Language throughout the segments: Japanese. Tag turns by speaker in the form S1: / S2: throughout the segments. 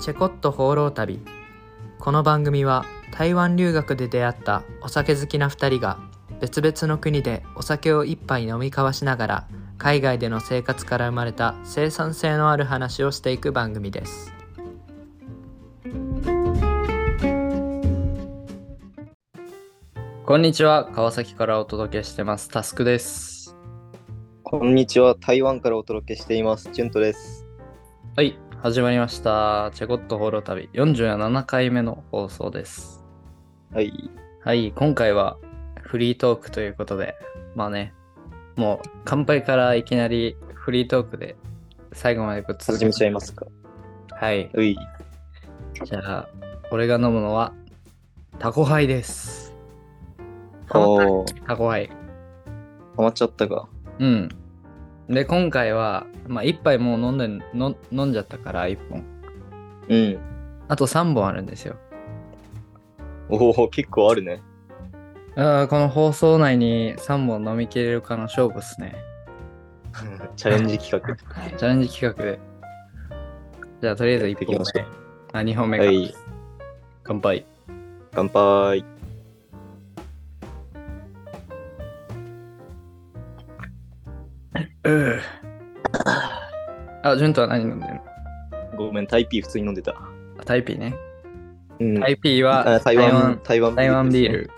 S1: チェコット放浪旅この番組は台湾留学で出会ったお酒好きな2人が別々の国でお酒を一杯飲み交わしながら海外での生活から生まれた生産性のある話をしていく番組ですこんにちは川崎からお届けしてますタスクです
S2: こんにちは、台湾からお届けしています。チュントです。
S1: はい始まりましたチェコット放浪旅47回目の放送です
S2: はい。
S1: はい、今回はフリートークということで、まあね、もう乾杯からいきなりフリートークで最後までぶっ続
S2: 始めちゃいますか。
S1: はい、
S2: うい。
S1: じゃあ、俺が飲むのはタコハイです。ハマった
S2: おお、
S1: タコハイ。
S2: ハマっちゃったか。
S1: うん。で、今回は、まあ、一杯もう飲んでんの飲んじゃったから、一本。
S2: うん。
S1: あと3本あるんですよ。
S2: おお、結構ある ね。
S1: あーこの放送内に3本飲みきれるかの勝負っすね。
S2: チャレンジ企画。
S1: はい、チャレンジ企画で。じゃあ、とりあえず1本
S2: やっていき
S1: 目。あ、2本目か。
S2: はい。
S1: 乾杯。
S2: 乾杯。
S1: うん。あ、ジュンとは何飲んでんの
S2: ごめん、タイピー普通に飲んでた。
S1: あタイピーね。
S2: うん。
S1: タイピー
S2: あ
S1: は
S2: 台
S1: 台
S2: 湾
S1: 湾、
S2: 台湾
S1: 台湾ビー
S2: ですね
S1: ル。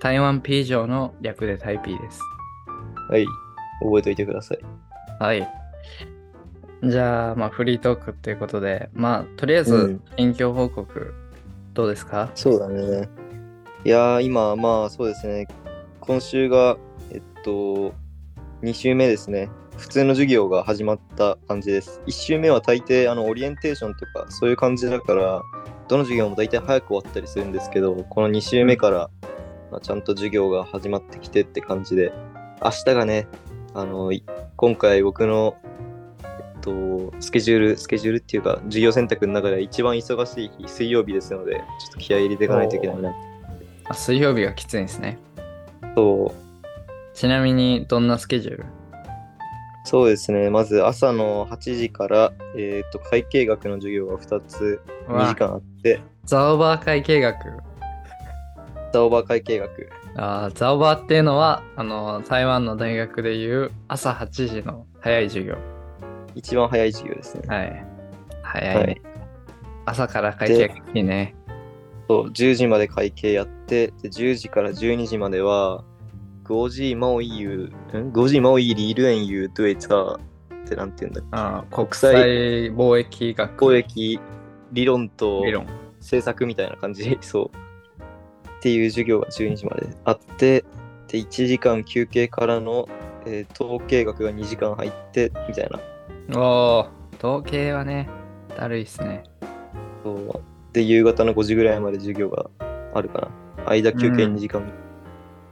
S1: 台湾ピー城の略でタイピーです。
S2: はい。覚えておいてください。
S1: はい。じゃあ、まあ、フリートークっていうことで、まあ、とりあえ
S2: う
S1: ず
S2: ん、
S1: 近況報告、どうですか
S2: そうだね。いやー、今、まあそうですね。今週が、えっと、2週目ですね。普通の授業が始まった感じです。1週目は大抵、あの、オリエンテーションとか、そういう感じだから、どの授業も大体早く終わったりするんですけど、この2週目から、まあ、ちゃんと授業が始まってきてって感じで、明日がね、あの、い今回僕の、えっと、スケジュール、スケジュールっていうか、授業選択の中で一番忙しい日、水曜日ですので、ちょっと気合い入れていかないといけないな。
S1: あ水曜日がきついんですね。
S2: そう、
S1: ちなみに、どんなスケジュール
S2: そうですね、まず朝の8時から、えー、と会計学の授業が2つ、
S1: うわ
S2: 2時間あって、
S1: ザオバー会計学。
S2: ザオバー会計学。
S1: あーザオバーっていうのはあの台湾の大学でいう朝8時の早い授業
S2: 一番早い授業ですね。
S1: はい早いね、
S2: はい
S1: 朝から会計がいいね
S2: そう10時まで会計やってで、10時から12時までは、5時マオイユー、ん ?5 時マオイリールエンユードゥエツァーってなんて言うんだっけ
S1: あー国際
S2: 際
S1: 貿易学
S2: 公益理論と
S1: 理論
S2: 制作みたいな感じ そうっていう授業が12時まであってで1時間休憩からの、えー統計学が2時間入ってみたいな
S1: おー統計はねだるいっすね
S2: そうで夕方の5時ぐらいまで授業があるかな間休憩
S1: うん
S2: 2時間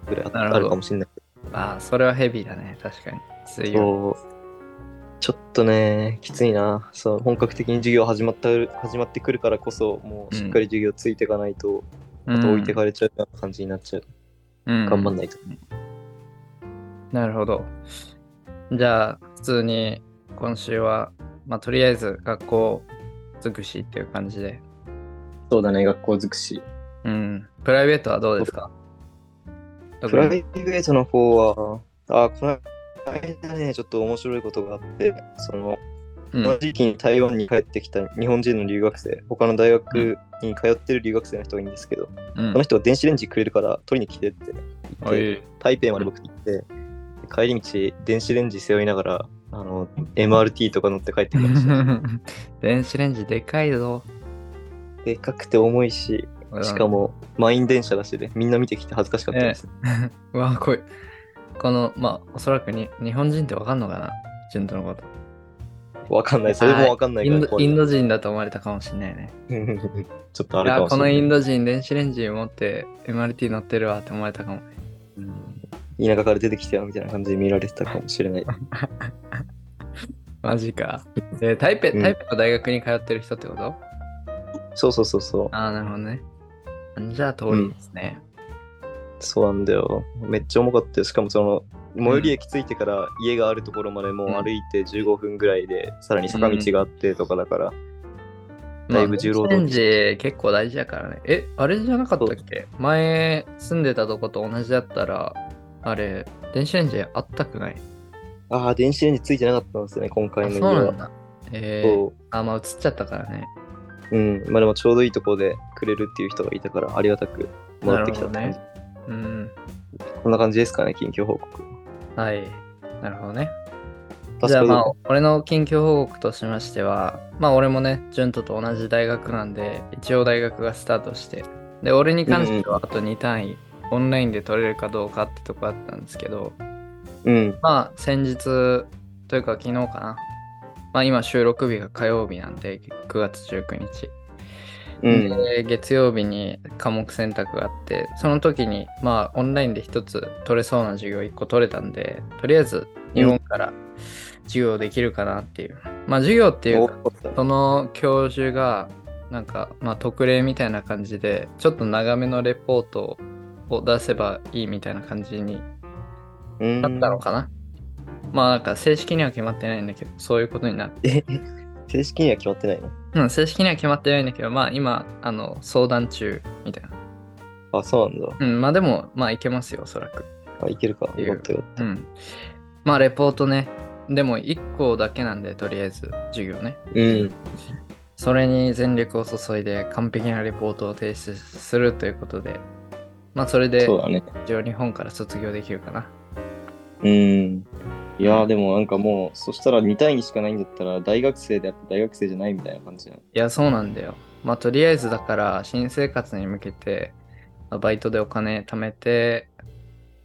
S2: ぐらいあ,、
S1: なるほど
S2: るかもしれないけ
S1: あーそれはヘビーだね確かに水曜
S2: どそうちょっとねきついなそう本格的に授業始まった始まってくるからこそもうしっかり授業ついていかないと、
S1: うん
S2: 置いてかれちゃうような感じになっちゃう、
S1: うん
S2: 頑張んないと
S1: なるほどじゃあ普通に今週はまあとりあえず学校尽くしっていう感じで
S2: そうだね学校尽くし
S1: うん。プライベートはどうですか
S2: プライベートの方は、あ、この間ね、ちょっと面白いことがあって、その、
S1: うん
S2: この時期に台湾に帰ってきた日本人の留学生、他の大学に通ってる留学生の人がいいんですけど、
S1: うん
S2: その人が電子レンジくれるから取りに来てって言
S1: お
S2: って、
S1: い
S2: 台北まで僕行って、で帰り道、電子レンジ背負いながら、あの、MRT とか乗って帰ってきました。
S1: 電子レンジでかいぞ。
S2: でかくて重いし、しかも満員電車だしで、みんな見てきて恥ずかしかったです。
S1: うん。うわ、こい。この、まあ、おそらくに日本人ってわかんのかな順当のこと。
S2: わかんない、それもわかんない
S1: イ
S2: か
S1: ン
S2: ら
S1: ド
S2: 怖い
S1: インド人だと思われたかもしれないね。
S2: ちょっとあ
S1: い
S2: れか
S1: や、
S2: もし
S1: こ
S2: れな
S1: の
S2: い。
S1: インド人、電子レンジ持って MRT 乗ってるわって思われたかも。
S2: 田舎から出てきたよみたいな感じで見られてたかもしれない。
S1: マジか。で、台北、
S2: うん
S1: 台北の大学に通ってる人ってこと、
S2: そうそうそうそう。
S1: ああ、なるほどね。じゃあ、遠いですね。
S2: そうなんだよ。めっちゃ重かったよ。しかもその、最寄り駅着いてから家があるところまでもう歩いて15分ぐらいで、さらに坂道があってとかだから、だいぶ重労
S1: チェン
S2: 働。
S1: ジ結構大事だからね。え、あれじゃなかったっけ前住んでたとこと同じだったら、あれ、電子レンジあったくない
S2: ああ、電子レンジついてなかったんですよね、今
S1: あ、
S2: 回の
S1: そう
S2: 家は。
S1: なんだ。えー、
S2: そ
S1: あ、まあ映っちゃったからね。
S2: う。うん。まあでもちょうどいいとこでくれるっていう人がいたから、ありがたく戻ってきたって
S1: な
S2: 感
S1: る
S2: じ。
S1: うん。
S2: こんな感じですかね、近況報告。
S1: はい。なるほどね。
S2: パ
S1: じ
S2: ス
S1: ゃあ
S2: コ
S1: まあ
S2: ド、
S1: 俺の近況報告としましては、まあ俺もね、潤人と同じ大学なんで、一応大学がスタートして、で、俺に関してはあと2単位、オンラインで取れるかどうかってとこあったんですけど、
S2: うん。
S1: まあ先日というか昨日かな、まあ今収録日が火曜日なんで、9月19日。
S2: うん。
S1: で月曜日に科目選択があってその時にまあオンラインで一つ取れそうな授業一個取れたんでとりあえず日本から授業できるかなっていう、まあ授業っていうかその教授がなんかまあ特例みたいな感じでちょっと長めのレポートを出せばいいみたいな感じに
S2: うん。
S1: なったのかな、まあなんか正式には決まってないんだけどそういうことになって
S2: え正式には決まってないの
S1: うん正式には決まってないんだけどまあ今あの相談中みたいな
S2: あ、そうなんだ。
S1: うん、まあでも、まあいけますよ、おそらく。
S2: あ、いけるか。
S1: いける
S2: よかったよかっ
S1: うん。まあレポートね。でも1個だけなんで、とりあえず、授業ね。
S2: た。うん。
S1: それに全力を注いで、完璧なレポートを提出するということで、まあそれで、
S2: そうだね。
S1: 一応日本から卒業できるかな。
S2: うん。いやーでもなんかもう、そしたら2対2しかないんだったら、大学生であって大学生じゃないみたいな感じなの。
S1: いや、そうなんだよ。まあとりあえずだから、新生活に向けて、まあバイトでお金貯めて、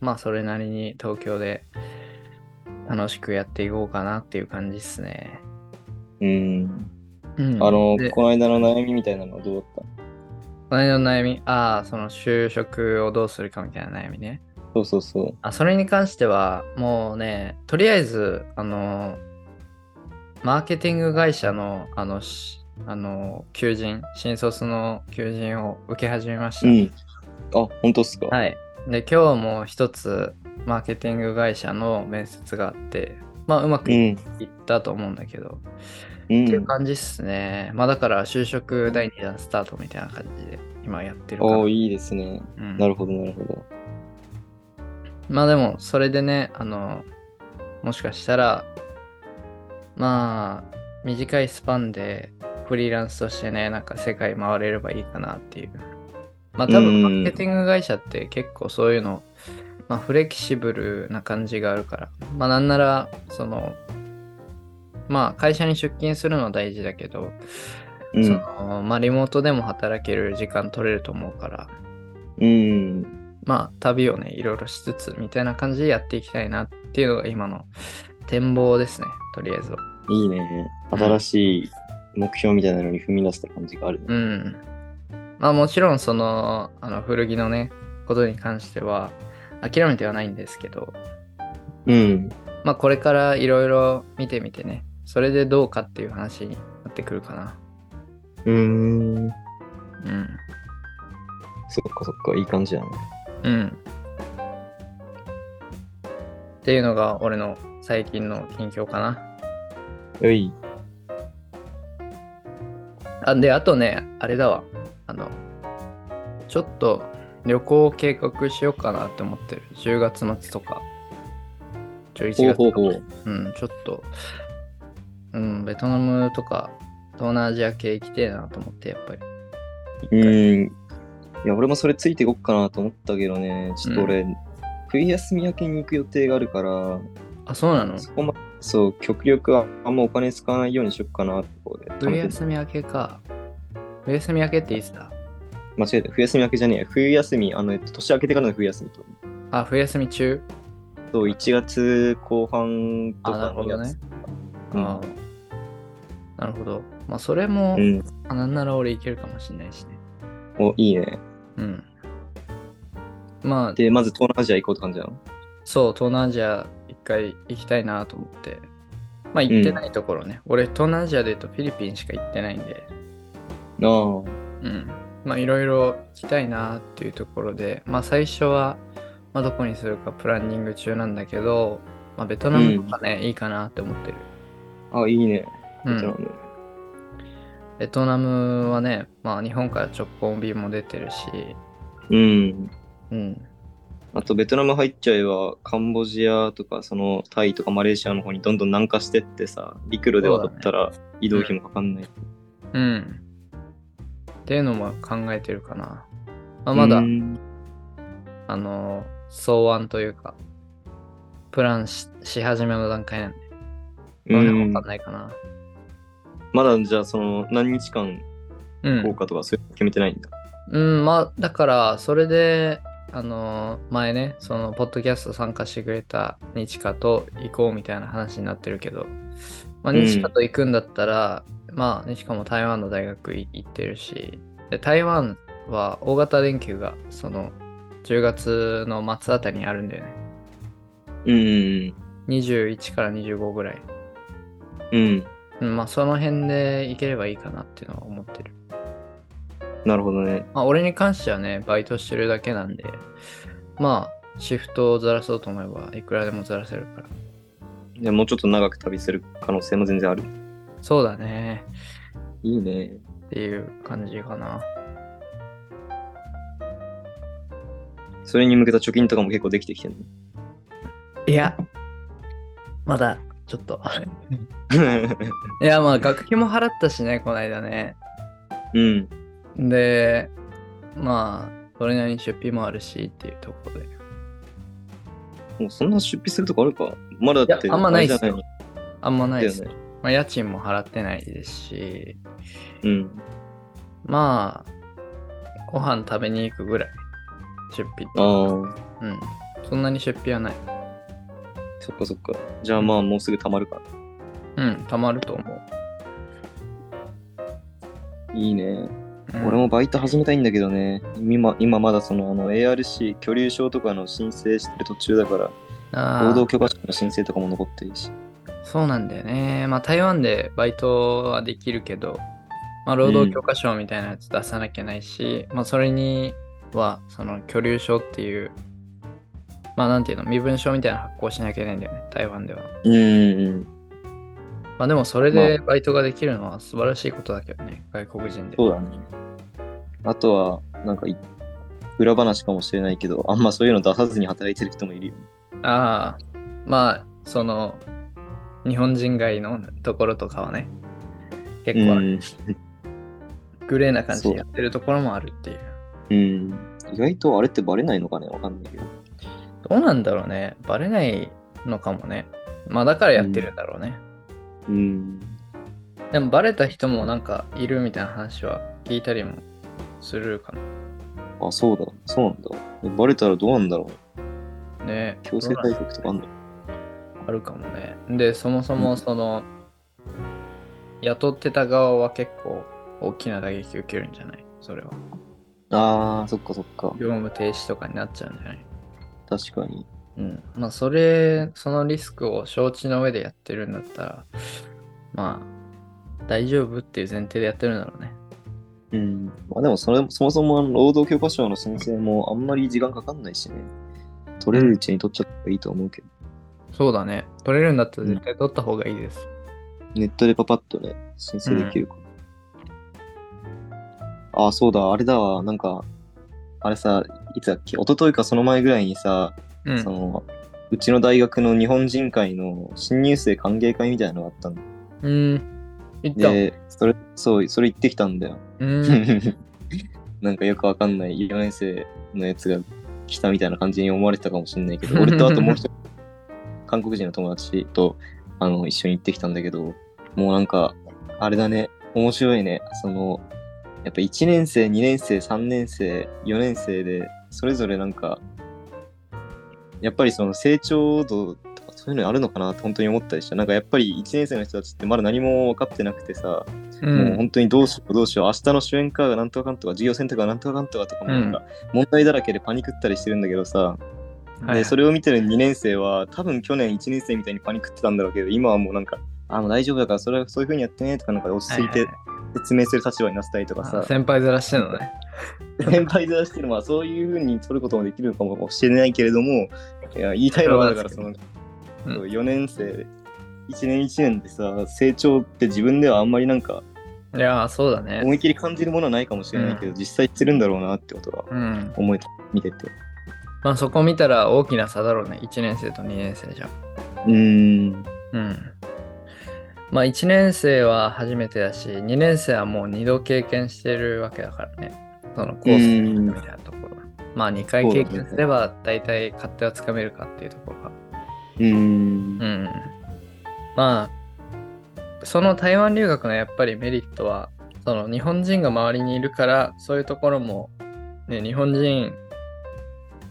S1: まあそれなりに東京で楽しくやっていこうかなっていう感じですね。
S2: うん。
S1: うん。
S2: あの
S1: で、
S2: この間の悩みみたいなのはどうだっ
S1: お金の悩み、ああ、その就職をどうするかみたいな悩みね。
S2: たそうそうそう。
S1: あ、それに関しては、もうね、とりあえず、あの、マーケティング会社の、あの、しあの求人、新卒の求人を受け始めました。
S2: うん。あ、本当っすか。
S1: はい。で、今日も一つ、マーケティング会社の面接があって、まあ、うまく
S2: う
S1: い
S2: ん。
S1: ったと思うんだけど、
S2: う。
S1: っていうん感じっすね。まあ、だから、就職第2弾スタートみたいな感じで、今やってるかな。
S2: おおいいですね。
S1: うん
S2: なるほど、なるほど。
S1: まあでも、それでね、あの、もしかしたら、まあ、短いスパンでフリーランスとしてね、なんか世界回れればいいかなっていう。まあ多
S2: うん
S1: 分、マーケティング会社って結構そういうの、まあフレキシブルな感じがあるから、まあなんなら、その、まあ会社に出勤するのは大事だけど、
S2: う
S1: そ
S2: ん。
S1: の、まあリモートでも働ける時間取れると思うから、
S2: うん。
S1: まあ旅をねいろいろしつつみたいな感じでやっていきたいなっていうのが今の展望ですねとりあえずはい
S2: いね。新しい目標みたいなのに踏み出した感じがあるね。
S1: うんまあもちろんそのあの古着のねことに関しては諦めてはないんですけど
S2: うん。
S1: まあこれからいろいろ見てみてねそれでどうかっていう話になってくるかな
S2: うーん。
S1: うん
S2: そっかそっか、いい感じだね。
S1: うんっていうのが俺の最近の近況かな
S2: よい。
S1: あ、で、あとね、あれだわ。あの、ちょっと旅行を計画しようかなって思ってる。10月末とか。11
S2: ほ
S1: 月
S2: うほう
S1: とか。う
S2: ほう。
S1: ん、ちょっと、うん、ベトナムとか、東南アジア系行きてえなと思って、やっぱり。
S2: うーん。いや、俺もそれついていこっかなと思ったけどね、ちょっと俺、冬休み明けに行く予定があるから、
S1: あ、そうなの
S2: そこまそう、極力はあんまお金使わないようにしよっかなってこうで。
S1: 冬休み明けか。冬休み明けっていつだ
S2: 間違えた。冬休み明けじゃねえや。冬休み、あの、えっと、年明けてからの冬休みと。
S1: あ、冬休み中
S2: そう、1月後半と
S1: あ、な
S2: か
S1: るほどね。
S2: う
S1: あーなるほど。まあ、それも、
S2: ん。
S1: あなんなら俺行けるかもしれないしね。
S2: お、いいね。
S1: うん。まあ、
S2: で、まず東南アジア行こうって感じなの。
S1: そう、東南アジア一回行きたいなと思って。まあ行ってないところね。俺、東南アジアで言うとフィリピンしか行ってないんで。
S2: あ
S1: うん。まあいろいろ行きたいなっていうところで、まあ最初は、まあどこにするかプランニング中なんだけど、まあベトナムとかね、いいかなって思ってる。
S2: あ。あ、いいね。
S1: う
S2: ベトナ
S1: ん。
S2: ム
S1: ベトナムはね、まあ日本から直行便も出てるし、
S2: うん。
S1: うん。
S2: あと、ベトナム入っちゃえば、カンボジアとか、その、タイとかマレーシアの方にどんどん南下してってさ、陸路で渡ったら移動費もかかんない。
S1: うん。っていうのも考えてるかな。まあ、まだ、
S2: うん
S1: あの、草案というか、プランしし始めの段階なんで、まだわかんないかな。
S2: まだじゃあ、その、何日間
S1: うん。
S2: 行こうかとか、そういうの決めてないんだ。
S1: うん、まあ、だから、それで、あの、前ね、その、ポッドキャスト参加してくれた日花と行こうみたいな話になってるけど、まあ、
S2: うん
S1: 日花と行くんだったら、まあ、日花も台湾の大学い行ってるし、で台湾は大型連休が、その、10月の末あたりにあるんだよね。
S2: うん。
S1: 21から25ぐらい。
S2: うん。
S1: うん、まあ、その辺で行ければいいかなっていうのは思ってる。
S2: なるほどね。
S1: まあ、俺に関してはね、バイトしてるだけなんで、まあ、シフトをずらそうと思えば、いくらでもずらせるから。
S2: じゃあもうちょっと長く旅する可能性も全然ある。
S1: そうだね。
S2: いいね。
S1: っていう感じかな。
S2: それに向けた貯金とかも結構できてき てる
S1: いや、まだ、ちょっと。
S2: の。
S1: いや、まあ、学費も払ったしね、こないだね。
S2: うん。
S1: で、まあ、それなりに出費もあるしっていうところで。
S2: もうそんな出費するとこあるかまだだって
S1: いやあんまないっすよ
S2: あれじゃ
S1: あんまないです
S2: だ
S1: ね。まあ、家賃も払ってないですし、
S2: うん。
S1: まあ、ご飯食べに行くぐらい、出費
S2: ああ、
S1: うん。そんなに出費はない。
S2: そっかそっか。じゃあまあもうすぐ貯まるか。
S1: うん、たまると思う。
S2: いいね。
S1: うん
S2: 俺もバイト始めたいんだけどね。今今まだそのあの ARC 居留証とかの申請してる途中だから、
S1: ああ
S2: 労働許可証の申請とかも残ってるし。
S1: そうなんだよね。まあ、台湾でバイトはできるけど、まあ、労働許可証みたいなやつ出さなきゃないし、まあ、それには、その、居留証っていう、まあ、なんていうの、身分証みたいなの発行しなきゃいけないんだよね、台湾では。
S2: うんうん。
S1: まあ、でも、それでバイトができるのは素晴らしいことだけどね、外国人で。
S2: そうだね。あとは、なんかい、裏話かもしれないけど、あんまそういうの出さずに働いてる人もいるよね。
S1: ああ、まあ、その、日本人街のところとかはね、結構ある
S2: うん
S1: グレーな感じでやってるところもあるっていう。
S2: うん。意外とあれってバレないのかねわかんないけど。
S1: どうなんだろうね。バレないのかもね。まあだからやってるんだろうね。
S2: うん。
S1: でもバレた人もなんかいるみたいな話は聞いたりもするか
S2: あ、そうだ。そうなんだ。えバレたらどうなんだろう
S1: もね。
S2: 強制退職とかあんの
S1: あるかもね。で、そもそもその、雇ってた側は結構大きな打撃受けるんじゃないそれは。
S2: ああ、そっかそっか。
S1: 業務停止とかになっちゃうんじゃない
S2: 確かに。
S1: うん。まあそれ、そのリスクを承知の上でやってるんだったら、まあ大丈夫っていう前提でやってるんだろうね。
S2: うん。まあでもそれ、そもそも労働許可証の申請もあんまり時間かかんないしね。取れるうちに取っちゃった方がいいと思うけど。
S1: そうだね。取れるんだったら絶対取った方がいいです。
S2: ネットでパパッとね、申請できるから。ああ、そうだ。あれだわ。なんか、あれさ、いつだっけ一昨日かその前ぐらいにさ、
S1: うん。
S2: そのうちの大学の日本人会の新入生歓迎会みたいなのがあったん
S1: うん。いった。
S2: で、それ、そう、それ行ってきたんだよ。
S1: うん。
S2: なんかよくわかんない4年生のやつが来たみたいな感じに思われてたかもしれないけど、俺とあともう一人、韓国人の友達とあの一緒に行ってきたんだけど、もうなんか、あれだね、面白いね。その、やっぱ1年生、2年生、3年生、4年生で、それぞれなんか、やっぱりその成長度とかそういうのあるのかなって本当に思ったりした。なんかやっぱり1年生の人たちってまだ何も分かってなくてさ、
S1: う。
S2: もうん本当にどうしようどうしよう、明日の主演かがなんとかかんとか、授業選択がなんとかかんとかとかもなんか問題だらけでパニクったりしてるんだけどさ、
S1: はい
S2: でそれを見てる2年生は、多分去年1年生みたいにパニクってたんだろうけど、今はもうなんか、あ、もう大丈夫だから、それはそういう風にやってねとか、なんか落ち着いて
S1: は
S2: 説明する立場になったりとか
S1: はは
S2: さ
S1: あ、先輩ずらしてんのね。
S2: 先輩ずらしてる、まあそういう風に取ることもできるのかもしれないけれども、いや言いたいのはだからその、
S1: うん
S2: 4年生、1年1年でさ、成長って自分ではあんまりなんか、
S1: いやー、そうだね。
S2: 思い切り感じるものはないかもしれないけど、実際するんだろうなってことは
S1: うん。
S2: 思えた見てて
S1: まあそこ見たら大きな差だろうね。1年生と2年生じゃ。
S2: うーん
S1: うん。まあ1年生は初めてだし、2年生はもう2度経験してるわけだからね。そのコースみたいなところ。まあ2回経験すれば大体勝手はつかめるかっていうところが。
S2: うー
S1: う
S2: ん
S1: ん。まあ、その台湾留学のやっぱりメリットは、その日本人が周りにいるから、そういうところも、ね、日本人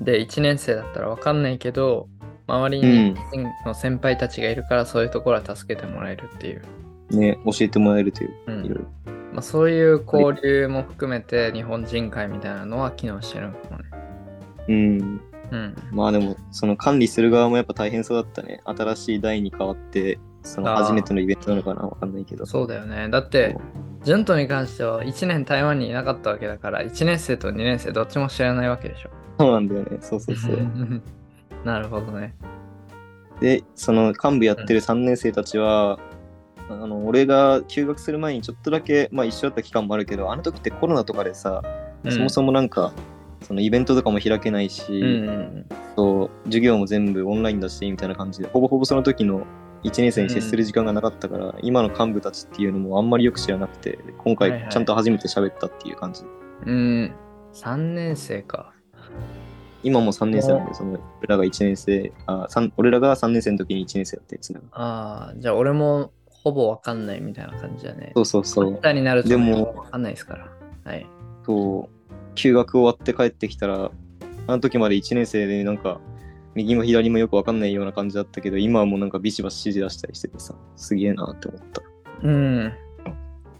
S1: で1年生だったらわかんないけど、周りに日本人の先輩たちがいるから、そういうところは助けてもらえるっていう。
S2: ね教えてもらえるという
S1: う
S2: いろい
S1: ん
S2: ろ
S1: まあ、そういう交流も含めて、日本人会みたいなのは機能してるのかもね。
S2: うん
S1: うん。
S2: まあでもその管理する側もやっぱ大変そうだったね新しい代に変わってその
S1: あー
S2: 初めてのイベントなのかなわかんないけど
S1: そうだよね。だって、ジュントに関しては1年台湾にいなかったわけだから、1年生と2年生どっちも知らないわけでしょ。
S2: そうなんだよねそうそうそう
S1: なるほどね。
S2: でその幹部やってる3年生たちは、あの俺が休学する前にちょっとだけ、まあ、一緒だった期間もあるけどあの時ってコロナとかでさ、そもそもなんかそのイベントとかも開けないし、
S1: うんうん
S2: そう授業も全部オンラインだしみたいな感じでほぼほぼその時の1年生に接する時間がなかったから、今の幹部たちっていうのもあんまりよく知らなくて今
S1: はいは
S2: 回
S1: い
S2: ちゃんと初めて喋ったっていう感じ、
S1: うん、うん。3年生か。
S2: 今もう3年生なんでその俺らが1年生あ三俺らが3年生の時に1年生だったやつなの
S1: ああ、じゃあ俺もほぼわかんないみたいな感じだね。
S2: そうそうそ
S1: こ
S2: う
S1: っちになると
S2: でも
S1: わかんないですから。はい。
S2: そう休学終わって帰ってきたらあの時まで1年生でなんか右も左もよく分かんないような感じだったけど今はもうなんかビシバシ指示出したりしててさすげえなって思った
S1: うん。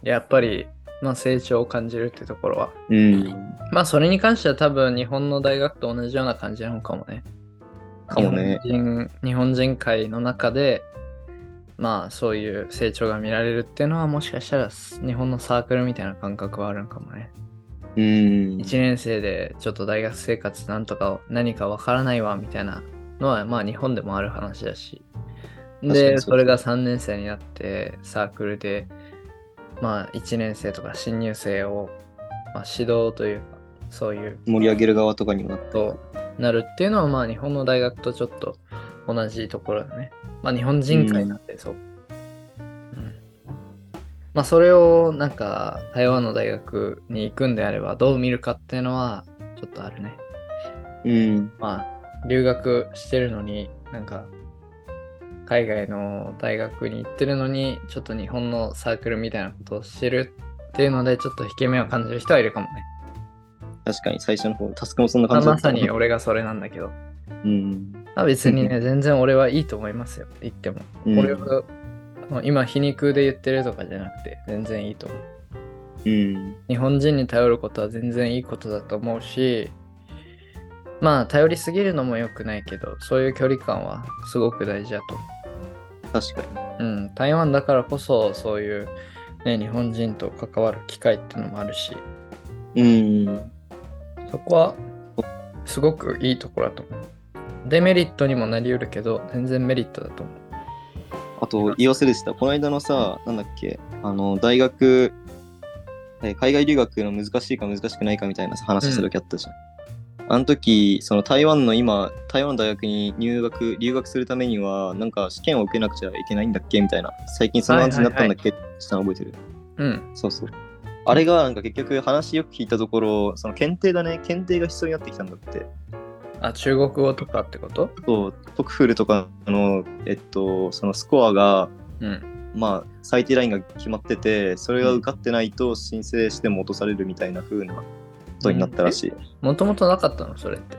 S1: やっぱり、まあ、成長を感じるってところは。
S2: うん
S1: まあそれに関しては多分日本の大学と同じような感じなのかもね。
S2: かもね
S1: 日本人日本人会の中で、まあそういう成長が見られるっていうのはもしかしたらす日本のサークルみたいな感覚はあるのかもね。
S2: うん
S1: 1年生でちょっと大学生活なんとかを何かわからないわみたいなのはまあ日本でもある話だし。
S2: 確かにそう
S1: で、
S2: だ
S1: それが3年生になってサークルで、まあ1年生とか新入生を、まあ、指導というか、そういう
S2: 盛り上げる側とかにもなった
S1: となるっていうのはまあ日本の大学とちょっと同じところだね。まあ日本人会なんで、そう。うんまあそれをなんか台湾の大学に行くんであればどう見るかっていうのはちょっとあるね。
S2: うん
S1: まあ留学してるのになんか海外の大学に行ってるのにちょっと日本のサークルみたいなことをしてるっていうのでちょっと引け目を感じる人はいるかもね。
S2: 確かに最初の方タスクもそんな
S1: まあ
S2: 感じだっ
S1: ま
S2: た
S1: さに俺がそれなんだけど。
S2: うん
S1: あ別にね、全然俺はいいと思いますよ、言っても。
S2: うん
S1: 俺はあの今、皮肉で言ってるとかじゃなくて、全然いいと思う。
S2: うん
S1: 日本人に頼ることは全然いいことだと思うし、まあ、頼りすぎるのも良くないけど、そういう距離感はすごく大事だと思
S2: 確かに
S1: う。うん、台湾だからこそ、そういう、ね、日本人と関わる機会ってのもあるし、
S2: うん
S1: そこはすごくいいところだと思う。デメリットにもなり得るけど、全然メリットだと思う。
S2: あと言い忘れてたこの間のさなんだっけあの大学えー海外留学の難しいか難しくないかみたいなさ話した時あったじゃん、あの時その台湾の今台湾の大学に入学留学するためにはなんか試験を受けなくちゃいけないんだっけみたいな最近そんな感じになったんだっけ、したの覚えてる
S1: うん。
S2: そうそう。あれがなんか結局話よく聞いたところ、その検定だね、検定が必要になってきたんだって。
S1: あ、中国語とかってこと
S2: そう、トクフルとかの、えっと、そのスコアが、
S1: うん。
S2: まあ、最低ラインが決まってて、それが受かってないと申請しても落とされるみたいな風なことになったらしい。
S1: もともとなかったのそれって。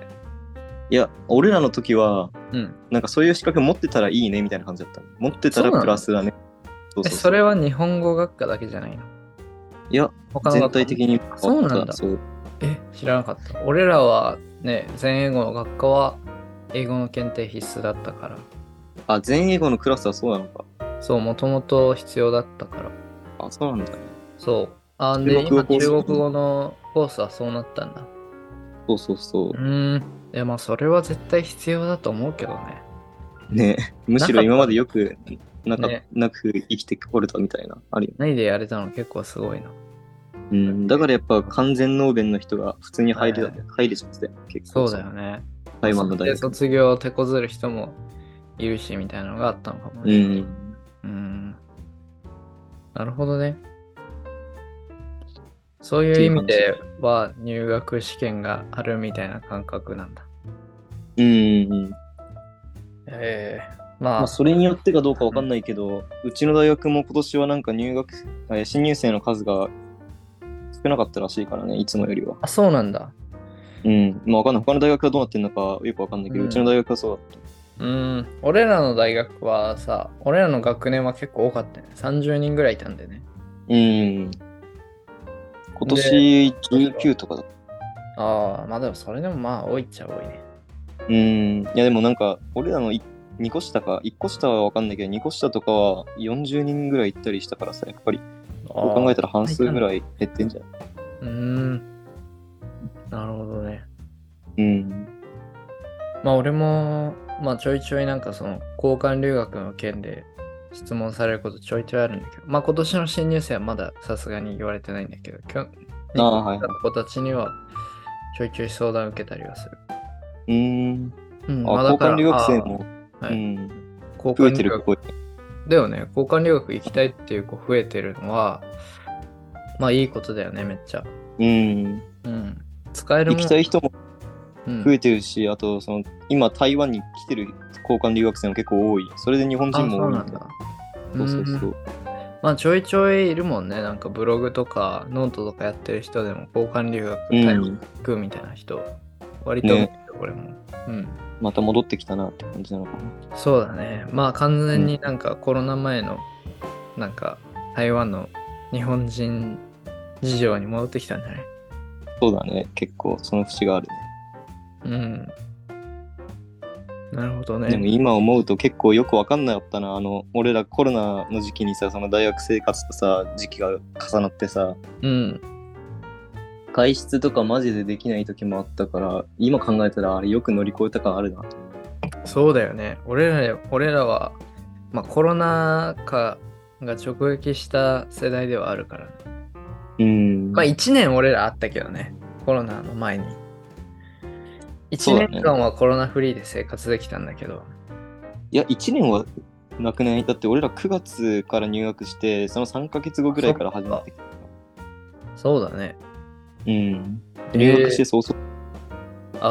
S2: いや、俺らの時は、
S1: うん。
S2: なんかそういう資格持ってたらいいねみたいな感じだったの。持ってた
S1: そうな
S2: ら
S1: の
S2: プラスだね。そ
S1: え、
S2: うそうそう
S1: それは日本語学科だけじゃないの
S2: いや、
S1: 他の
S2: 全
S1: 学科
S2: 体的に
S1: そうなんだ
S2: そう
S1: え、知らなかった。俺らはね、全英語の学科は英語の検定必須だったか
S2: あ、全英語のクラスはそうなのか。
S1: ら。そう、もともと必要だったから。
S2: あ、そうなんだ。
S1: そう。あ、で、今
S2: 中国語コー
S1: 中
S2: ス
S1: 国語のコースはそうなったんだ。
S2: そうそうそう
S1: う。ーん。いや、まあ、それは絶対必要だと思うけどね。
S2: ね、むしろ今までよくなか、
S1: ね
S2: なく生きてこれたみたいな、あるよね。
S1: 何でやれたの結構すごいな。
S2: うん、だからやっぱ完全ノーベンの人が普通に入れ,、
S1: はい
S2: 入れちゃってたよ結
S1: そ
S2: 構
S1: うだよね。
S2: 台湾の大
S1: で
S2: 学。
S1: 卒業を手こずる人もいるしみたいなのがあったのかも
S2: う
S1: ね。
S2: ん。
S1: うんなるほどね。そういう意味では入学試験があるみたいな感覚なんだ。
S2: うんうん。
S1: ええま
S2: ま
S1: あ
S2: あ、、それによってかどうかわかんないけど、うちの大学も今年はなんか入学、え新入生の数が少なかったらしいからね、いつもよりは。
S1: あ、そうなんだ。
S2: うん。まあわかんない。他の大学はどうなってんのかよくわかんないけど、
S1: うん
S2: うちの大学はそうだっ
S1: うん、俺らの大学はさ、俺らの学年は結構多かったね。30人ぐらいいたんでね。
S2: た。うん。今年19とかだっ
S1: ああ、まあでもそれでもまあ多いっちゃ多いね。
S2: た。うん。いやでもなんか、俺らのい2個下か、1個下はわかんないけど、2個下とかは40人ぐらい行ったりしたからさ、やっぱり、こう考えたら半数ぐらい減ってんじゃない
S1: うん。なるほどね。
S2: うん。
S1: まあ俺も、まあちょいちょいなんかその交換留学の件で質問されることちょいちょいあるんだけど、まあ今年の新入生はまださすがに言われてないんだけど、きょ
S2: ああはい
S1: 子たちにはちょいちょい相談受けたりはする。
S2: うん。
S1: うん
S2: あ、交換留学生。
S1: まあだか
S2: も、
S1: らあーは
S2: う
S1: い
S2: ん、
S1: 交
S2: 増え
S1: 換
S2: て
S1: 留
S2: る
S1: 学
S2: っぽい。
S1: だよね、交換留学行きたいっていう子増えてるのは、まあいいことだよね、めっちゃ。
S2: うん。
S1: うん。使える
S2: 行
S1: もん
S2: きたい人も
S1: うん
S2: 増えてるし、あとその今台湾に来てる交換留学生も結構多い。それで日本
S1: あ、
S2: 人
S1: そ
S2: も多
S1: う
S2: い
S1: なん
S2: みたい
S1: だ。
S2: な。。そうそうそううん
S1: まあちょいちょいいるもんね、なんかブログとかノートとかやってる人でも交換留学、
S2: うん
S1: 台湾行くみたいな人、割と多いよ、
S2: ね
S1: 俺も。うん。
S2: また戻ってきたなって感じなのかな。
S1: そうだね。まあ完全になんかコロナ前の、なんか台湾の日本人事情に戻ってきたんじゃない
S2: そうだね。結構その節がある、
S1: うん。なるほどね。
S2: ね。でも今思うと結構よくわかんなかったな。あの、俺らコロナの時期にさ、その大学生活とさ、時期が重なってさ、
S1: うん。
S2: 外出とかマジでできない時もあったから、今考えたらあれよく乗り越えた感あるな。
S1: そうだよね。俺ら俺らは、まあ、コロナ禍が直撃した世代ではあるからね。
S2: うん。
S1: まあ1年俺らあったけどね。コロナの前に。
S2: そうだね
S1: 1年間はコロナフリーで生活できたんだけど。
S2: いや、1年はなくないだって俺ら9月から入学して、その3ヶ月後ぐらいから始まってきた。
S1: そうだね。
S2: うん。入学して
S1: え
S2: 早々。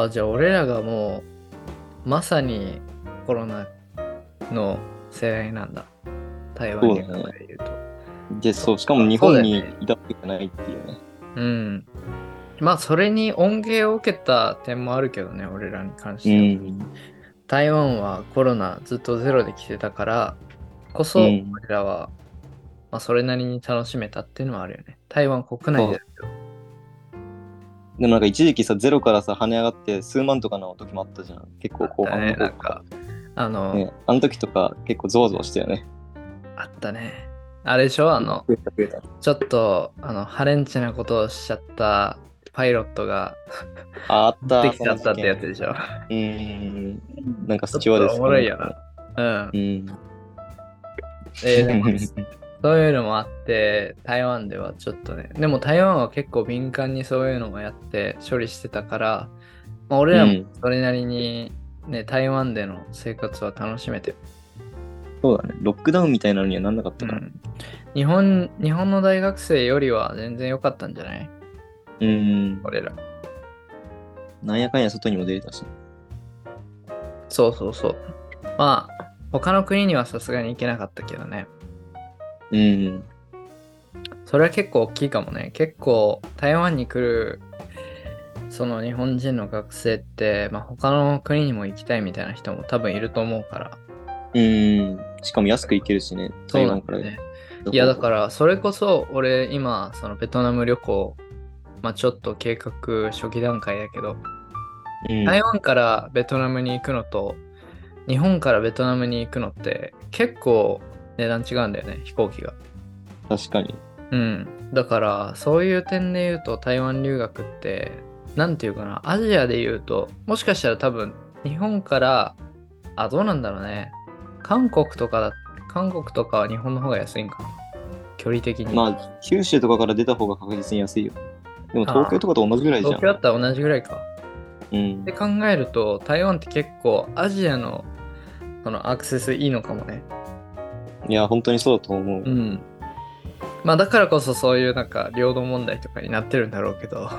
S1: ーあ、じゃあ俺らがもう、まさにコロナの世代なんだ。台湾に
S2: そうだね
S1: 言うと。
S2: で、そう、しかも日本にいたわけじゃないっていうね。
S1: うん。まあ、それに恩恵を受けた点もあるけどね、俺らに関して
S2: う
S1: は。
S2: ん。
S1: 台湾はコロナずっとゼロで来てたからこそ、
S2: うん
S1: 俺らは、まあ、それなりに楽しめたっていうのはあるよね。台湾国内で。
S2: でもなんか一時期さ、ゼロからさ、跳ね上がって数万とかの時もあったじゃん。結構後
S1: あった
S2: 半の
S1: ね、
S2: 方
S1: なんか、あの、
S2: ね、あの時とか結構ゾワゾワしたよね。
S1: あったね。あれでしょあの、
S2: 増えた増えた。
S1: ちょっと、あの、ハレンチなことをしちゃったパイロットが
S2: ああった。
S1: できちゃったってやつ
S2: その
S1: でしょ。
S2: 事件。うん。なんかス
S1: ち
S2: チ
S1: ょ
S2: ュワー
S1: っ
S2: デ
S1: と
S2: ス。
S1: おもろいよな。うん。
S2: うん。
S1: え ーでもそういうのもあって、台湾ではちょっとね、でも台湾は結構敏感にそういうのもやって処理してたから、まあ、俺ら
S2: う
S1: も
S2: ん
S1: それなりに、ね台湾での生活は楽しめてる、
S2: そうだね。ロックダウンみたいなのにはなんなかっ
S1: う
S2: たから。
S1: ん、日本。日本の大学生よりは全然良かったんじゃない
S2: うん。
S1: 俺ら。
S2: なんやかんや外にも出れたし。
S1: そうそうそう。まあ、他の国にはさすがに行けなかったけどね。
S2: うん。
S1: それは結構大きいかもね。結構台湾に来るその日本人の学生って、まあ、他の国にも行きたいみたいな人も多分いると思うから。
S2: うん。しかも安く行けるしね、
S1: そう
S2: 台
S1: なん
S2: 湾か
S1: だ
S2: ら。
S1: よね。いやだからそれこそ俺今そのベトナム旅行、まあ、ちょっと計画初期段階だけど、
S2: ら、うん、
S1: 台湾からベトナムに行くのと日本からベトナムに行くのって結構値段違うんだよね飛行機が。
S2: 確かに。
S1: うん、だからそういう点で言うと台湾留学って何て言うかなアジアで言うともしかしたら多分日本からあどうなんだろうね韓国とかだ韓国とかは日本の方が安いんかな距離的に。
S2: まあ、九州とかから出た方が確実に安いよ。でも東京とかと同じぐらいじゃ
S1: 東
S2: ん
S1: 京。だったら同じぐらいか。
S2: うん
S1: で、考えると、台湾って結構アジアのそのアクセスいいのかもね。
S2: いや、本当にそうだと思う。
S1: うん。まあだからこそそういうなんか領土問題とかになってるんだろうけど、
S2: うん
S1: あ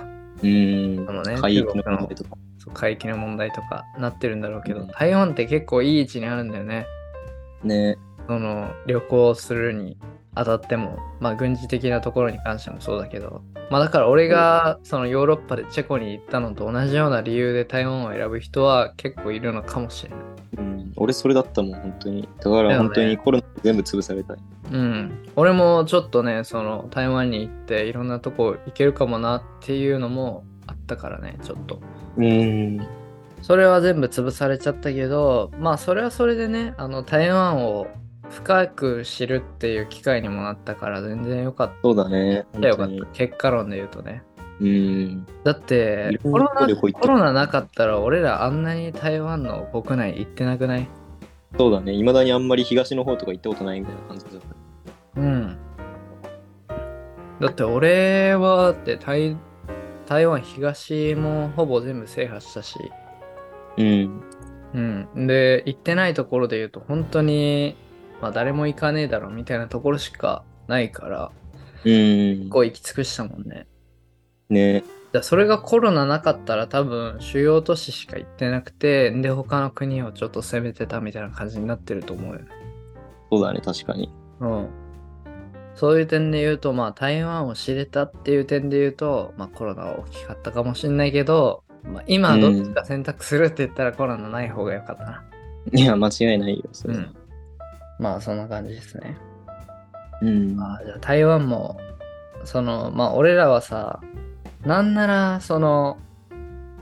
S1: のね
S2: 海域の問題とか。
S1: そう海域の問題とかなってるんだろうけど、
S2: うん
S1: 台湾って結構いい位置にあるんだよね。
S2: ね。
S1: その旅行するにあたっても、まあ、軍事的なところに関してもそうだけど、まあ、だから俺がそのヨーロッパでチェコに行ったのと同じような理由で台湾を選ぶ人は結構いるのかもしれない。
S2: うん、俺それだったもん、本当に。だか
S1: だよ
S2: ら
S1: ね
S2: 本当にコロナで全部潰されたい。
S1: うん、俺もちょっとねその台湾に行っていろんなとこ行けるかもなっていうのもあったからねちょっと
S2: うん。
S1: それは全部潰されちゃったけどまあそれはそれでねあの台湾を深く知るっていう機会にもなったから全然良かっ
S2: そうだね。
S1: たよか
S2: 本
S1: っ
S2: 当
S1: た
S2: に
S1: 結果論で言うとね
S2: うん。
S1: だって
S2: いろ
S1: コ
S2: ん
S1: ロ
S2: なとこ
S1: ナ
S2: 旅行行ってる
S1: コロナなかったら俺らあんなに台湾の国内行ってなくない
S2: そうだね。いまだにあんまり東の方とか行ったことないみたいな感じだった。
S1: うんだって俺はだって台台湾東もほぼ全部制覇したし
S2: うん。
S1: うんで行ってないところで言うと本当にまあ誰も行かねえだろみたいなところしかないから
S2: うん
S1: 結。構行き尽くしたもんね
S2: ね。
S1: だそれがコロナなかったら多分主要都市しか行ってなくてで他の国をちょっと攻めてたみたいな感じになってると思うよね
S2: そうだね、確かに。
S1: うん、そういう点で言うと、まあ、台湾を知れたっていう点で言うと、まあ、コロナは大きかったかもしれないけど、まあ、今どっちか選択するって言ったらコロナない方が良かったな。
S2: いや、間違いないよ。それ
S1: うんまあそんな感じですね。
S2: うん。
S1: まあ、じゃあ台湾もそのまあ俺らはさなんならその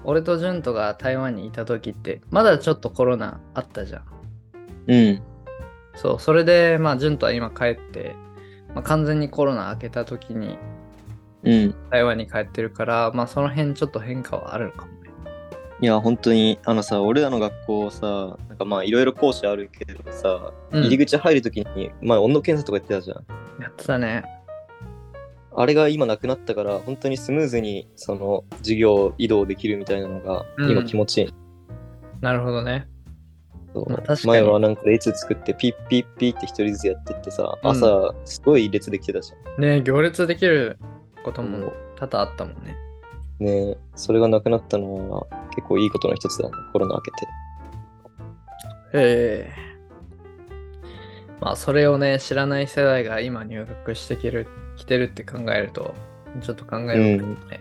S1: 俺と潤とが台湾にいた時ってまだちょっとコロナあったじゃん。
S2: うん。
S1: そう、それで、まあ、潤とは今帰って、まあ、完全にコロナ明けた時に
S2: うん。
S1: 台湾に帰ってるから、まあ、その辺ちょっと変化はあるのかもね。
S2: いや、本当に、あのさ、俺らの学校さ、なんかまあ、いろいろ講師あるけどさ、
S1: うん
S2: 入り口入るときに、まあ、温度検査とかやってたじゃん。
S1: やってたね。
S2: あれが今なくなったから、本当にスムーズに、その、授業移動できるみたいなのが、
S1: うん
S2: 今気持ちいい。
S1: なるほどね。
S2: そう
S1: まあ確かに
S2: 前はなんか列作って、ピッピッピッって一人ずつやってってさ、
S1: うん
S2: 朝、すごい列できてたじ
S1: ね行列できること
S2: ゃん。
S1: も多々あったもんね。
S2: ねえそれがなくなったのは、結構いいことの一つだね、コロナ明けて。
S1: ええまあ、それをね、知らない世代が今入学してきる来てるって考えると、ちょっと考えるもね。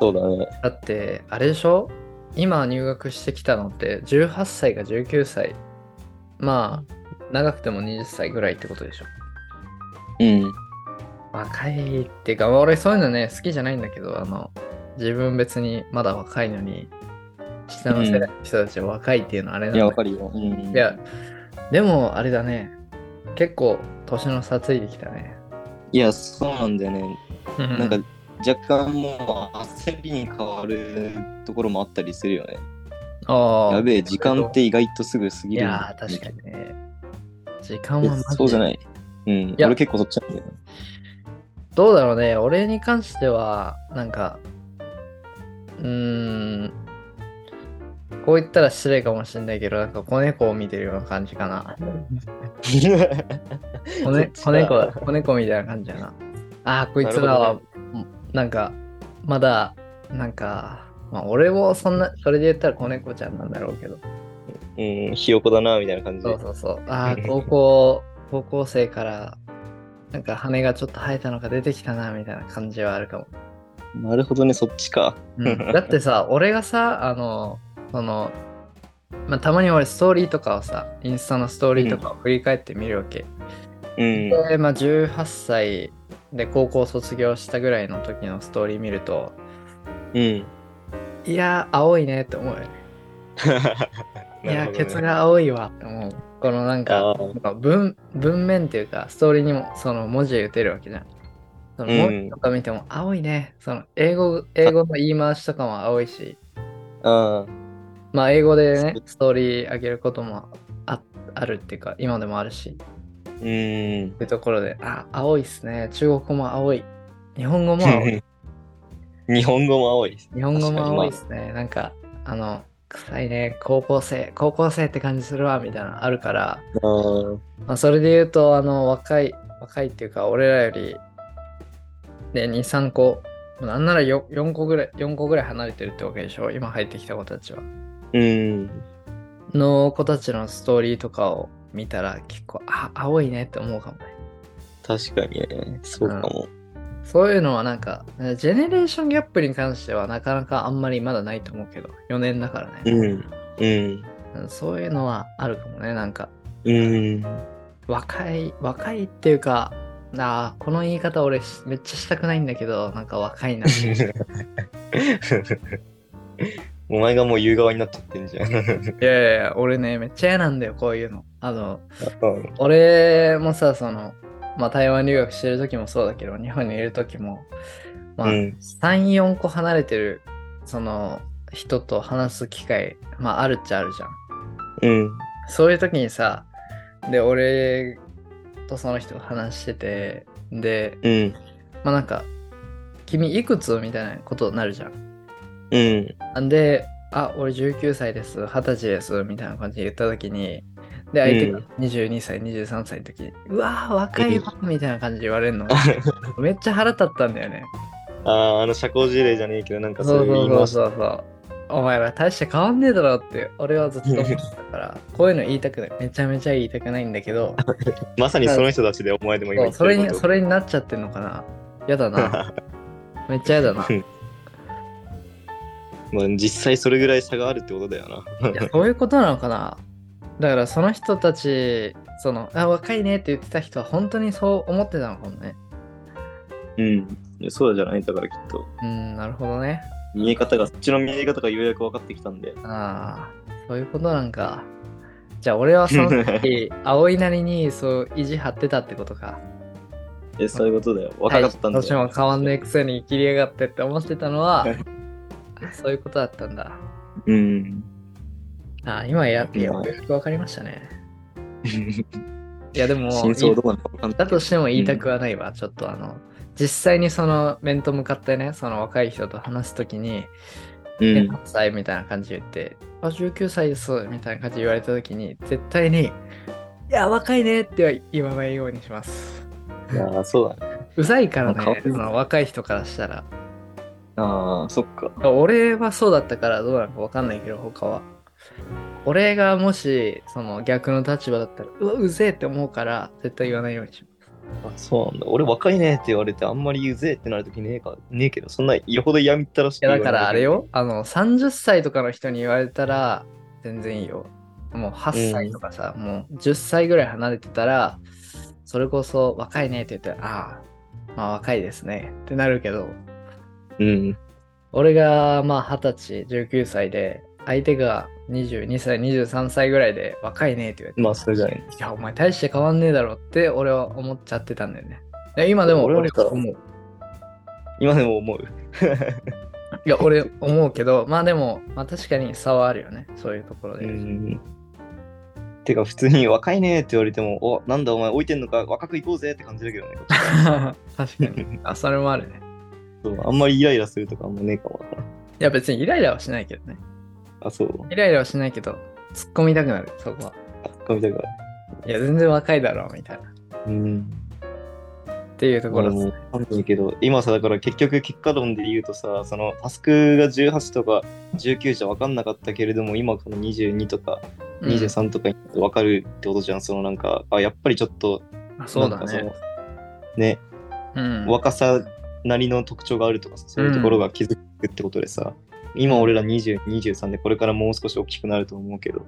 S2: そうだね。
S1: だって、あれでしょ今入学してきたのって、18歳か19歳。まあ、長くても20歳ぐらいってことでしょ。
S2: うん。
S1: 若いっていうか俺そういうのね好きじゃないんだけどあの自分別にまだ若いのに下の世代の人たちは若いっていうのはあれなん
S2: い
S1: だ
S2: や、わ
S1: けど
S2: かるよ。う
S1: い
S2: ん。
S1: やでもあれだね結構年の差ついてきたね
S2: いや、そうなんだよね。
S1: な
S2: なんか若干もう焦りに変わるところもあったりするよね。
S1: ああ
S2: やべえ、時間って意外とすぐ過
S1: い
S2: ぎる。
S1: やー確かにね時間
S2: え
S1: はマジで
S2: そうじゃない。うん、
S1: や
S2: 俺結構そっちなん だよね。
S1: どうだろうね俺に関してはなんかうーんこう言ったら失礼かもしれないけどなんか子猫を見てるような感じかな 子ね
S2: そ
S1: 子
S2: っちだ
S1: 猫だ、子猫みたいな感じだな。ああ、こいつら
S2: な
S1: は、
S2: る
S1: なんか、まだ、なんか、まあ、俺もそんな、それで言ったら子猫ちゃんなんだろうけど。
S2: うん、ひよこだな、みたいな感じ
S1: そ
S2: で
S1: う。そうそう。ああ、高校、高校生から、なんか羽がちょっと生えたのが出てきたな、みたいな感じはあるかも。
S2: なるほどね、そっちか。
S1: うん、だってさ、俺がさ、あの、その、まあ、たまに俺ストーリーとかをさ、インスタのストーリーとかを振り返ってみるわけ。
S2: うん。
S1: で、まあ、18歳で高校卒業したぐらいの時のストーリー見ると
S2: うん。
S1: いやー青いねって思うよねいや
S2: な
S1: ー
S2: るほどね
S1: ケツが青いわって思うこのなん
S2: あ
S1: か
S2: ー
S1: なんか文文面っていうかストーリーにもその文字で打てるわけじゃんその
S2: うん
S1: 文字とか見ても青いね、その英語英語の言い回しとかも青いし
S2: あ
S1: まあ英語でね
S2: そう
S1: ストーリー上げることもああるっていうか今でもあるし
S2: あ、ーん。
S1: というところで、あ、青いっすね。中国語も青い。日本語も 青い。
S2: 日本語も青いです。
S1: 日本語も青いっすね。なんか、あの、臭いね、高校生、高校生って感じするわ、みたいなのあるから、
S2: あー
S1: まあ、それで言うと、あの、若い、若いっていうか、俺らより、で、2、3個、なんなら 4, 4個ぐらい、4個ぐらい離れてるってわけでしょ、今入ってきた子たちは。
S2: うん。
S1: の子たちのストーリーとかを見たら、結構、あ、青いねって思うかもね。
S2: 確かにね。そうかも。
S1: そういうのはなんか、ジェネレーションギャップに関してはなかなかあんまりまだないと思うけど、4年だからね。
S2: うん。うん。
S1: うんそういうのはあるかもね、なんか。
S2: うん。
S1: 若い、若いっていうか、あーこの言い方俺しめっちゃしたくないんだけど、なんか若 いな。
S2: お前がもう言う側になっちゃってんじゃん。
S1: い やいやいや、俺ね、めっちゃ嫌なんだよ、こういうの。あの、俺もさ、その、まあ、台湾留学してる時もそうだけど、日本にいる時も、まあ、
S2: うん
S1: 3、4個離れてる、その、人と話す機会、まあ、あるっちゃあるじゃん。
S2: うん。
S1: そういう時にさ、で、俺とその人が話してて、で、
S2: うん。
S1: まあ、なんか、君いくつみたいなことになるじゃん。
S2: うん。
S1: で、あ、俺19歳です、20歳です、みたいな感じで言った時に、で、相手が
S2: うん
S1: 22歳、23歳の時に、うわー、若いわ、みたいな感じで言われ るの。めっちゃ腹立ったんだよね。
S2: ああ、あの社交辞令じゃねえけど、なん
S1: そ
S2: か
S1: う
S2: そ
S1: そうう
S2: いう言い
S1: そう
S2: 回し。
S1: そうそう。お前ら大して変わんねえだろって、俺はずっと思ってたから、こういうの言いたくない。めちゃめちゃ言いたくないんだけ ど、
S2: まさにその人たちでお前でも今
S1: そ
S2: 言
S1: うそれに、
S2: ってること。
S1: それになっちゃってんのかな。やだ な。めっちゃやだな。
S2: まあ実際それぐらい差があるってことだよな。
S1: いやそういうことなのかなだからその人たちそのあ若いねって言ってた人は本当にそう思ってたのかもね
S2: うん。そうじゃないだからきっと。
S1: うんなるほどね
S2: 見え方が、そっちの見え方がようやく分かってきたんで。
S1: ああそういうことなんかじゃあ俺はその時 葵なりにそう意地張ってたってことか
S2: え、そういうことだよ。若かったんだ
S1: どうして
S2: よ。
S1: も変わんねえくせに生きりやがってって思ってたのはそういうことだったんだ
S2: うん。
S1: ああ今ややよくわかりましたねいやでも
S2: 真相どうなのか分かんない。
S1: だとしても言いたくはないわ、ちょっとあの実際にその面と向かってねその若い人と話すときに
S2: う
S1: 8
S2: ん。
S1: 歳みたいな感じで言って、あ19歳ですみたいな感じで言われたときに絶対にいや若いねっては言わないようにします
S2: いやー、そうだね。
S1: うざいから
S2: あかわ
S1: ね
S2: い
S1: そ
S2: い
S1: の若い人からしたら
S2: ああ、そっか。
S1: 俺はそうだったからどうなのかわかんないけど他は俺がもしその逆の立場だったらうわうぜえって思うから絶対言わないようにします
S2: あそうなんだ俺若いねって言われてあんまり言うぜってなるときねえかねえけどそんなよほどやみったらしく
S1: いやだ
S2: 言
S1: か
S2: わない
S1: らあれよ、あの30歳とかの人に言われたら全然いいよ。もう8歳とかさ、もう10歳ぐらい離れてたら、それこそ若いねって言ったら、ああ、まあ若いですねってなるけど、
S2: うん
S1: 俺がまあ20歳、19歳で、相手が22歳、23歳ぐらいで若いねって言われて、
S2: まあそれじゃない
S1: いや、お前大して変わんねえだろって俺は思っちゃってたんだよね。いや今でも俺は思う。
S2: 今でも思う
S1: いや、俺思うけど、まあでも、まあ確かに差はあるよね、そういうところで。
S2: うんてか普通に若いねって言われてもおなんだお前置いてんのか若く行こうぜって感じだけどねこっち
S1: 確か に。あ、それもあるね。
S2: そうあんまりイライラするとかあんまねえかも
S1: いや、別にイライラはしないけどね。
S2: あそう
S1: イライラはしないけど、突っ込みたくなる、そこは。
S2: 髪だから
S1: いや、全然若いだろ、みたいな。
S2: うん
S1: っていうとこ
S2: 俺
S1: ろで
S2: も
S1: す
S2: う
S1: ね。
S2: 分かんないけど今さだから結局結果論で言うとさそのタスクが18とか19じゃ分かんなかったけれども今この22とか
S1: うん
S2: 23とかになって分かるってことじゃん、そのなんかあやっぱりちょっと
S1: あそうだ
S2: なんかそ
S1: ね
S2: の。ね、
S1: うん。
S2: 若さなりの特徴があるとかさそういうところが気づくってことでさ、今俺ら2023でこれからもう少し大きくなると思うけど、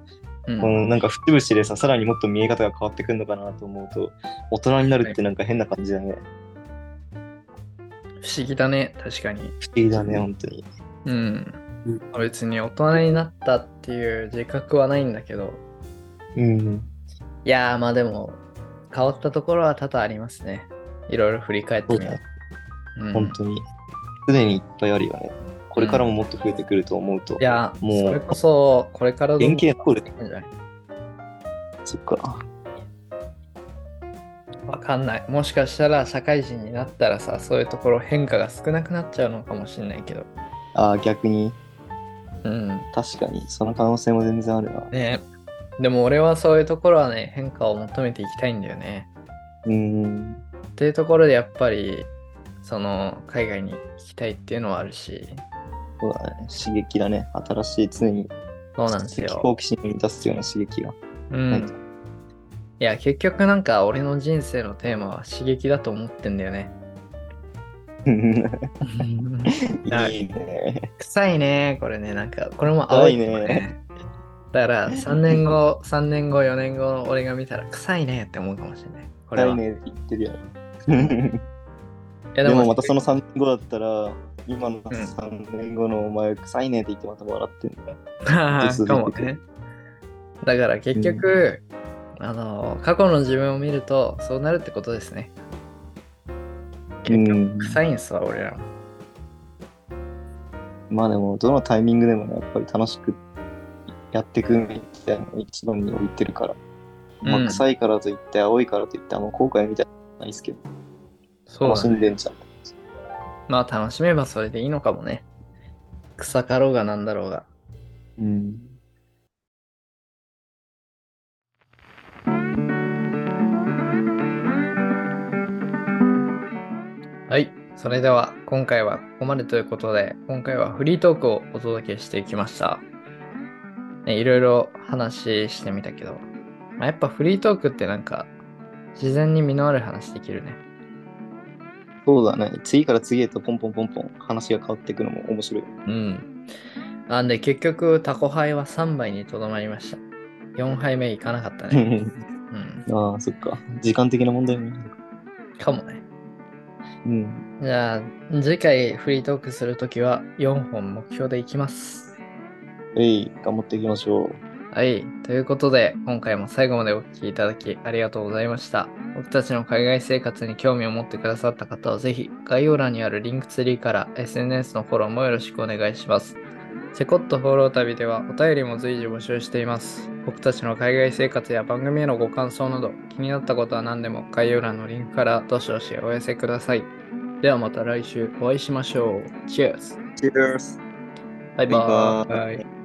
S1: うん
S2: このなんか節々でささらにもっと見え方が変わってくるのかなと思うと大人になるってなんか変な感じだね、
S1: 不思議だね、確かに。
S2: 不思議だね本当に
S1: うん
S2: うん。
S1: 別に大人になったっていう自覚はないんだけど、
S2: うん
S1: いやー、まあでも、変わったところは多々ありますね。いろいろ振り返って
S2: そう
S1: み
S2: だ
S1: る
S2: ね。
S1: うん
S2: 本当にすでにいっぱいあるよねこれからももっと増えてくると思うと、
S1: いや、
S2: もう
S1: それこそ、これからどう
S2: 原型残る
S1: いいんじゃない
S2: そっか
S1: わかんない。もしかしたら社会人になったらさ、そういうところ変化が少なくなっちゃうのかもしれないけど。
S2: ああ、逆に。
S1: うん。
S2: 確かに、その可能性も全然あるな。
S1: ねでも俺はそういうところはね、変化を求めていきたいんだよね。
S2: うん。
S1: っていうところでやっぱり、その、海外に行きたいっていうのはあるし、
S2: そうだね。刺激だね。新しい、常に
S1: そうなんですよ。
S2: 好奇心を満たすような刺激が。
S1: う
S2: ない
S1: ん
S2: と。
S1: いや、結局なんか俺の人生のテーマは刺激だと思ってんだよ ね。 はい
S2: いいね。
S1: 臭いね、これね。なんか、これも
S2: 臭
S1: 青
S2: い
S1: い
S2: ね
S1: ね。だから、3年後、3年後、4年後の俺が見たら、臭いねって思うかもしれない。これ
S2: だ
S1: は。
S2: いねって言ってるやん。
S1: いや
S2: でもまたそ
S1: の。
S2: の3年後だったら、今の3年後のお前、臭いねって言ってまた笑ってんだよ。
S1: か
S2: ずっと
S1: もね。だから結局、あの、過去の自分を見ると、そうなるってことですね。結局、
S2: ん
S1: 臭いんすわ、俺らも。
S2: まあでも、どのタイミングでもね、やっぱり楽しくやっていくみたいなのを一番に置いてるから。ま
S1: う
S2: あ、
S1: ん
S2: 臭いからといって、青いからといって、あんま後悔みたいなのはないですけど、
S1: そう
S2: 楽
S1: だ
S2: し
S1: ね。
S2: んでんじゃん。
S1: まあ、楽しめばそれでいいのかもね。臭かろうがなんだろうが。
S2: うん。
S1: はい。それでは今回はここまでということで、今回はフリートークをお届けしてきました。ね、いろいろ話してみたけど、まあやっぱフリートークってなんか、自然に身のある話できるね。
S2: そうだね。次から次へとポンポンポンポン話が変わっていくのも 面白い。
S1: うん。なんで結局、タコ杯は3杯にとどまりました。4杯目いかなかった ね。うん。
S2: ああ、そっか。時間的な問題もね。
S1: かもね。
S2: うん。
S1: じゃあ、次回フリートークするときは4本目標でいきます。
S2: えい、頑張っていきましょう。
S1: はい。ということで、今回も最後までお聞きいただきありがとうございました。僕たちの海外生活に興味を持ってくださった方は、ぜひ概要欄にあるリンクツリーから SNS のフォローもよろしくお願いします。セコットフォロー旅ではお便りも随時募集しています。僕たちの海外生活や番組へのご感想など、気になったことは何でも概要欄のリンクからどしどしお寄せください。ではまた来週お会いしましょう。チェアス
S2: Cheers!
S1: バイバ
S2: バイバ
S1: イ
S2: イ